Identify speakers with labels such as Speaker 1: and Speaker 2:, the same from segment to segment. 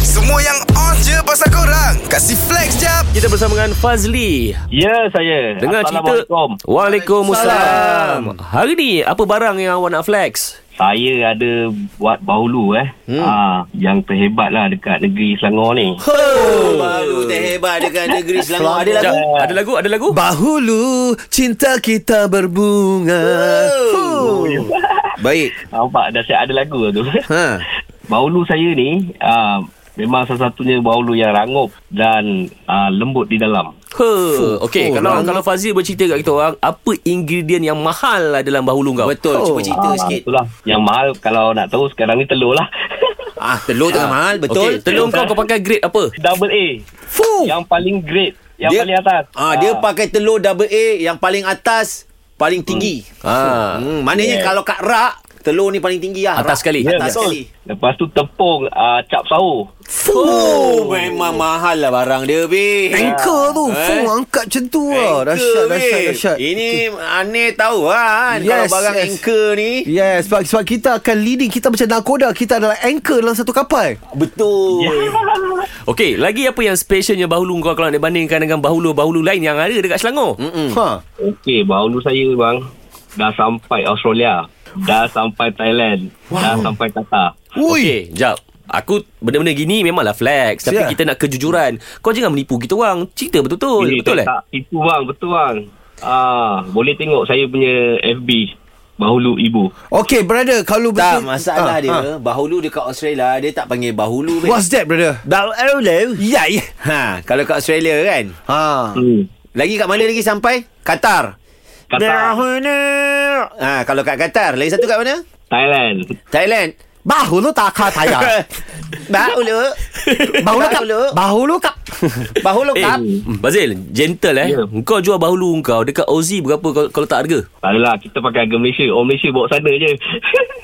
Speaker 1: Semua yang on je pasal korang Kasih flex jap
Speaker 2: Kita bersama dengan Fazli.
Speaker 3: Ya saya
Speaker 2: Dengar cerita.
Speaker 3: Assalamualaikum
Speaker 2: Waalaikumsalam. Hari ni apa barang yang awak nak flex?
Speaker 3: Saya ada buat baulu eh hmm. ha, Yang terhebat lah dekat negeri Selangor ni
Speaker 4: Oh, baru terhebat dekat negeri Selangor. Oh, Ada lagu?
Speaker 2: Sekejap. Ada lagu? Ada lagu?
Speaker 1: Bahulu cinta kita berbunga
Speaker 4: Oh.
Speaker 1: Baik
Speaker 3: Nampak dah saya ada lagu tu
Speaker 1: Ha.
Speaker 3: Baulu saya ni ha, Memang salah satunya baulu yang rangup Dan ha, lembut di dalam
Speaker 2: He. Okey, kalau kalau Fazli bercerita kat kita orang, apa ingredient yang mahal lah dalam bahulu kau?
Speaker 4: Betul, cuba cerita
Speaker 3: Ah,
Speaker 4: sikit.
Speaker 3: Itulah Yang mahal kalau nak tahu sekarang ni telur lah
Speaker 4: Ah, telur tengah mahal,
Speaker 2: Okey,
Speaker 4: betul.
Speaker 2: telur kau kau pakai grade apa?
Speaker 3: Double A
Speaker 4: Fuh.
Speaker 3: Yang paling great Yang
Speaker 4: Dia-
Speaker 3: paling atas
Speaker 4: Ah, dia pakai telur double A yang paling atas, paling tinggi.
Speaker 2: Ah.
Speaker 4: Hmm,
Speaker 3: Yeah.
Speaker 4: maknanya kalau kat rak, telur ni paling tinggi lah.
Speaker 2: Atas
Speaker 4: Rak.
Speaker 2: sekali.
Speaker 3: Ya,
Speaker 4: atas
Speaker 3: betul.
Speaker 4: sekali.
Speaker 3: Lepas tu tepung uh, cap sahur
Speaker 4: Fuh, Oh, memang mahal lah barang dia, Bi.
Speaker 1: Anchor tu
Speaker 4: Eh?
Speaker 1: Fuh angkat macam tu lah Dahsyat
Speaker 4: Anchor,
Speaker 1: dahsyat
Speaker 4: babe.
Speaker 1: dahsyat
Speaker 4: Ini aneh tahu kan yes, Kalau
Speaker 1: Yes,
Speaker 4: barang
Speaker 1: yes.
Speaker 4: yes. anchor ni
Speaker 1: Yes sebab, sebab kita akan leading Kita macam nakoda Kita adalah anchor dalam satu kapal
Speaker 4: Betul
Speaker 3: Ya.
Speaker 2: Okey, lagi apa yang specialnya bahulu kau kalau nak bandingkan dengan bahulu-bahulu lain yang ada dekat Selangor?
Speaker 1: Ha.
Speaker 3: Okey, baru saya bang dah sampai Australia, dah sampai Thailand, wow. dah sampai Qatar.
Speaker 1: Ui okay.
Speaker 2: Okey, jap. Aku benda-benda gini memanglah flex Tapi
Speaker 1: Siap.
Speaker 2: kita nak kejujuran Kau jangan menipu kita orang Cerita betul-betul
Speaker 3: Ini
Speaker 2: Betul eh?
Speaker 3: tak- Itu bang, betul bang. Ah, boleh tengok saya punya FB Bahulu Ibu.
Speaker 1: Okay brother Kalau
Speaker 4: Tak
Speaker 1: betul-
Speaker 4: masalah
Speaker 1: Ah,
Speaker 4: dia
Speaker 1: ah.
Speaker 4: Bahulu dekat Australia Dia tak panggil bahulu babe.
Speaker 1: What's that brother?
Speaker 4: Bahulu Ya ya ha, Kalau kat Australia kan
Speaker 1: Ha.
Speaker 3: Hmm.
Speaker 4: Lagi kat mana lagi sampai? Qatar
Speaker 3: Qatar,
Speaker 4: Bahulu ha, Kalau kat Qatar Lagi satu kat mana?
Speaker 3: Thailand.
Speaker 4: Thailand
Speaker 1: Bahulu tak kata saya.
Speaker 2: Ya.
Speaker 4: Bahulu
Speaker 1: Bahulu kap.
Speaker 4: Bahulu
Speaker 1: Bahulu kap.
Speaker 4: Bahulu
Speaker 2: Eh,
Speaker 4: kap
Speaker 2: Bazil, gentle eh.
Speaker 3: Ya.
Speaker 2: Kau jual bahulu kau dekat Aussie berapa kalau, kalau tak harga?
Speaker 3: Tak adalah, kita pakai harga Malaysia. Orang Malaysia bawa sana je.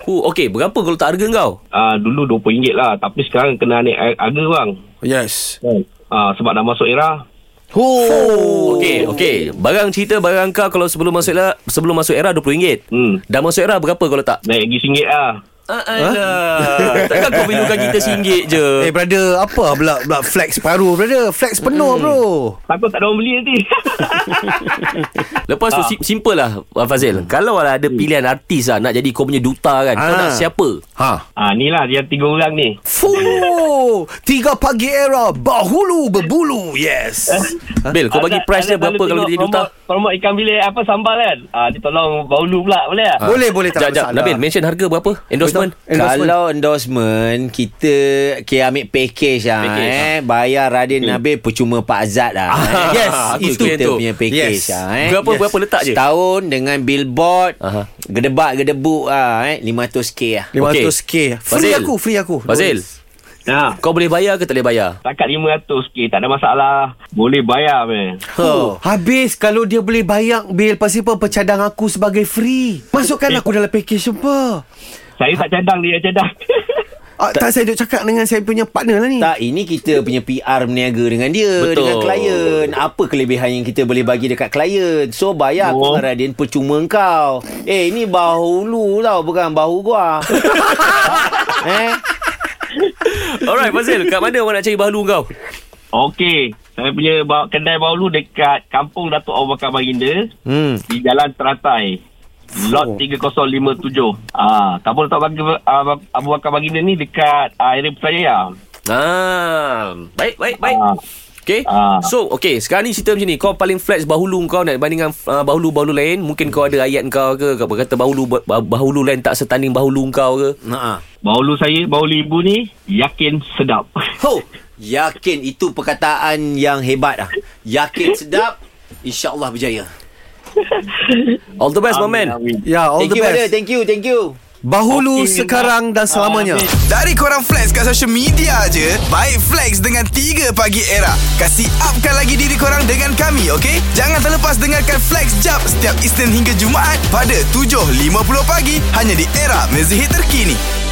Speaker 2: Oh, okey, berapa kalau tak harga kau?
Speaker 3: ah, dulu RM20 lah, tapi sekarang kena naik har- harga bang.
Speaker 1: Yes.
Speaker 2: Hmm.
Speaker 3: Ah, sebab dah masuk era.
Speaker 1: Oh.
Speaker 2: Okey, okey. Barang cerita barang kau kalau sebelum masuk era, sebelum masuk era RM20.
Speaker 3: Hmm.
Speaker 2: Dah masuk era berapa kalau tak?
Speaker 3: Naik lagi RM1 lah.
Speaker 2: Ah, alah. Takkan kau perlukan kita RM1 je.
Speaker 1: Eh brother, apa pula pula flex paru brother? Flex penuh bro.
Speaker 3: Takut tak ada orang beli nanti.
Speaker 2: Lepas
Speaker 1: ah.
Speaker 2: tu sim- simple lah Fazil. Kalau lah ada pilihan artis lah nak jadi kau punya duta kan. Kau
Speaker 1: Hmm. Ah.
Speaker 2: nak siapa?
Speaker 1: Ha.
Speaker 3: Ah, ni lah dia tiga orang ni.
Speaker 1: Fuh. Tiga pagi era bahulu berbulu. Yes.
Speaker 3: Eh.
Speaker 1: Ha?
Speaker 2: Bil, kau bagi
Speaker 3: Anak-
Speaker 2: price dia
Speaker 3: anak
Speaker 2: berapa
Speaker 3: selalu
Speaker 2: kalau
Speaker 3: tengok
Speaker 2: jadi duta?
Speaker 3: promote-
Speaker 1: Eh,
Speaker 3: Promote ikan bilik apa sambal kan. Ah dia tolong baulu pula boleh
Speaker 4: Ah.
Speaker 3: tak?
Speaker 2: Ah.
Speaker 1: Ha. Boleh boleh tak
Speaker 2: Jap, jap.
Speaker 1: ada masalah. Eh,
Speaker 2: Nabil, mention harga berapa? Endorsement?
Speaker 1: Endorsement.
Speaker 4: Kalau endorsement Kita okay, Ambil package lah
Speaker 2: Package,
Speaker 4: package, eh. Bayar Radin hmm. Nabil Percuma Pak Azad lah
Speaker 2: Ah,
Speaker 4: eh. Yes
Speaker 2: aku
Speaker 4: Itu
Speaker 2: suka yang
Speaker 4: kita
Speaker 2: tu.
Speaker 4: punya package
Speaker 1: Yes.
Speaker 4: lah eh.
Speaker 2: Berapa- berapa letak je?
Speaker 4: Setahun dengan billboard
Speaker 2: Aha.
Speaker 4: Gedebak gedebuk lah eh. 500k lah
Speaker 1: 500k. Free aku, free aku.
Speaker 2: Fazil,
Speaker 3: Ha.
Speaker 2: kau boleh bayar ke tak boleh bayar?
Speaker 3: Takat 500k tak ada masalah. Boleh bayar meh.
Speaker 1: Oh. Habis kalau dia boleh bayar bil pasti apa pecadang aku sebagai free. Masukkan aku dalam package apa?
Speaker 3: Saya tak cadang dia cadang.
Speaker 1: Ah, tak, saya duk cakap dengan saya punya partner lah ni.
Speaker 4: tak, ini kita punya PR berniaga dengan dia
Speaker 2: Betul.
Speaker 4: Dengan klien Apa kelebihan yang kita boleh bagi dekat klien So bayar
Speaker 3: Oh.
Speaker 4: oh. aku dengan Radin percuma kau Eh ini bahu lu tau Bukan bahu gua Eh
Speaker 2: Alright Fazil Kat mana awak nak cari bahalu kau
Speaker 3: Okey. Saya punya ba- kedai baulu dekat Kampung Datuk Abu Bakar Baginda
Speaker 4: Hmm.
Speaker 3: di Jalan Teratai.
Speaker 2: Oh.
Speaker 3: Lot 3057. Ah, Kampung Datuk Abu Bakar- ah, Abu Bakar Baginda ni dekat ah, area Putrajaya.
Speaker 2: Ah, Baik baik baik
Speaker 3: Ah.
Speaker 2: Okay
Speaker 3: Ah.
Speaker 2: So okay Sekarang ni cerita macam ni Kau paling flex bahulu kau Nak bandingkan uh, bahulu-bahulu lain Mungkin kau ada ayat kau ke Kau kata bahulu bah- bahulu lain tak setanding bahulu kau ke
Speaker 4: Nah.
Speaker 3: Baulu saya, baulu ibu ni yakin sedap.
Speaker 4: Ho, yakin itu perkataan yang hebat ah. Yakin sedap, insya-Allah berjaya.
Speaker 2: All the best my Oh, man
Speaker 1: Ya, all
Speaker 4: thank
Speaker 1: the
Speaker 4: you brother,
Speaker 1: best.
Speaker 4: thank you, thank you.
Speaker 1: Bahulu
Speaker 3: Okay,
Speaker 1: sekarang dan selamanya.
Speaker 3: Ah,
Speaker 5: Dari korang flex kat social media je Baik flex dengan 3 pagi era Kasih upkan lagi diri korang dengan kami okay? Jangan terlepas dengarkan flex jap Setiap Isnin hingga Jumaat Pada 7.50 pagi Hanya di era mezihit terkini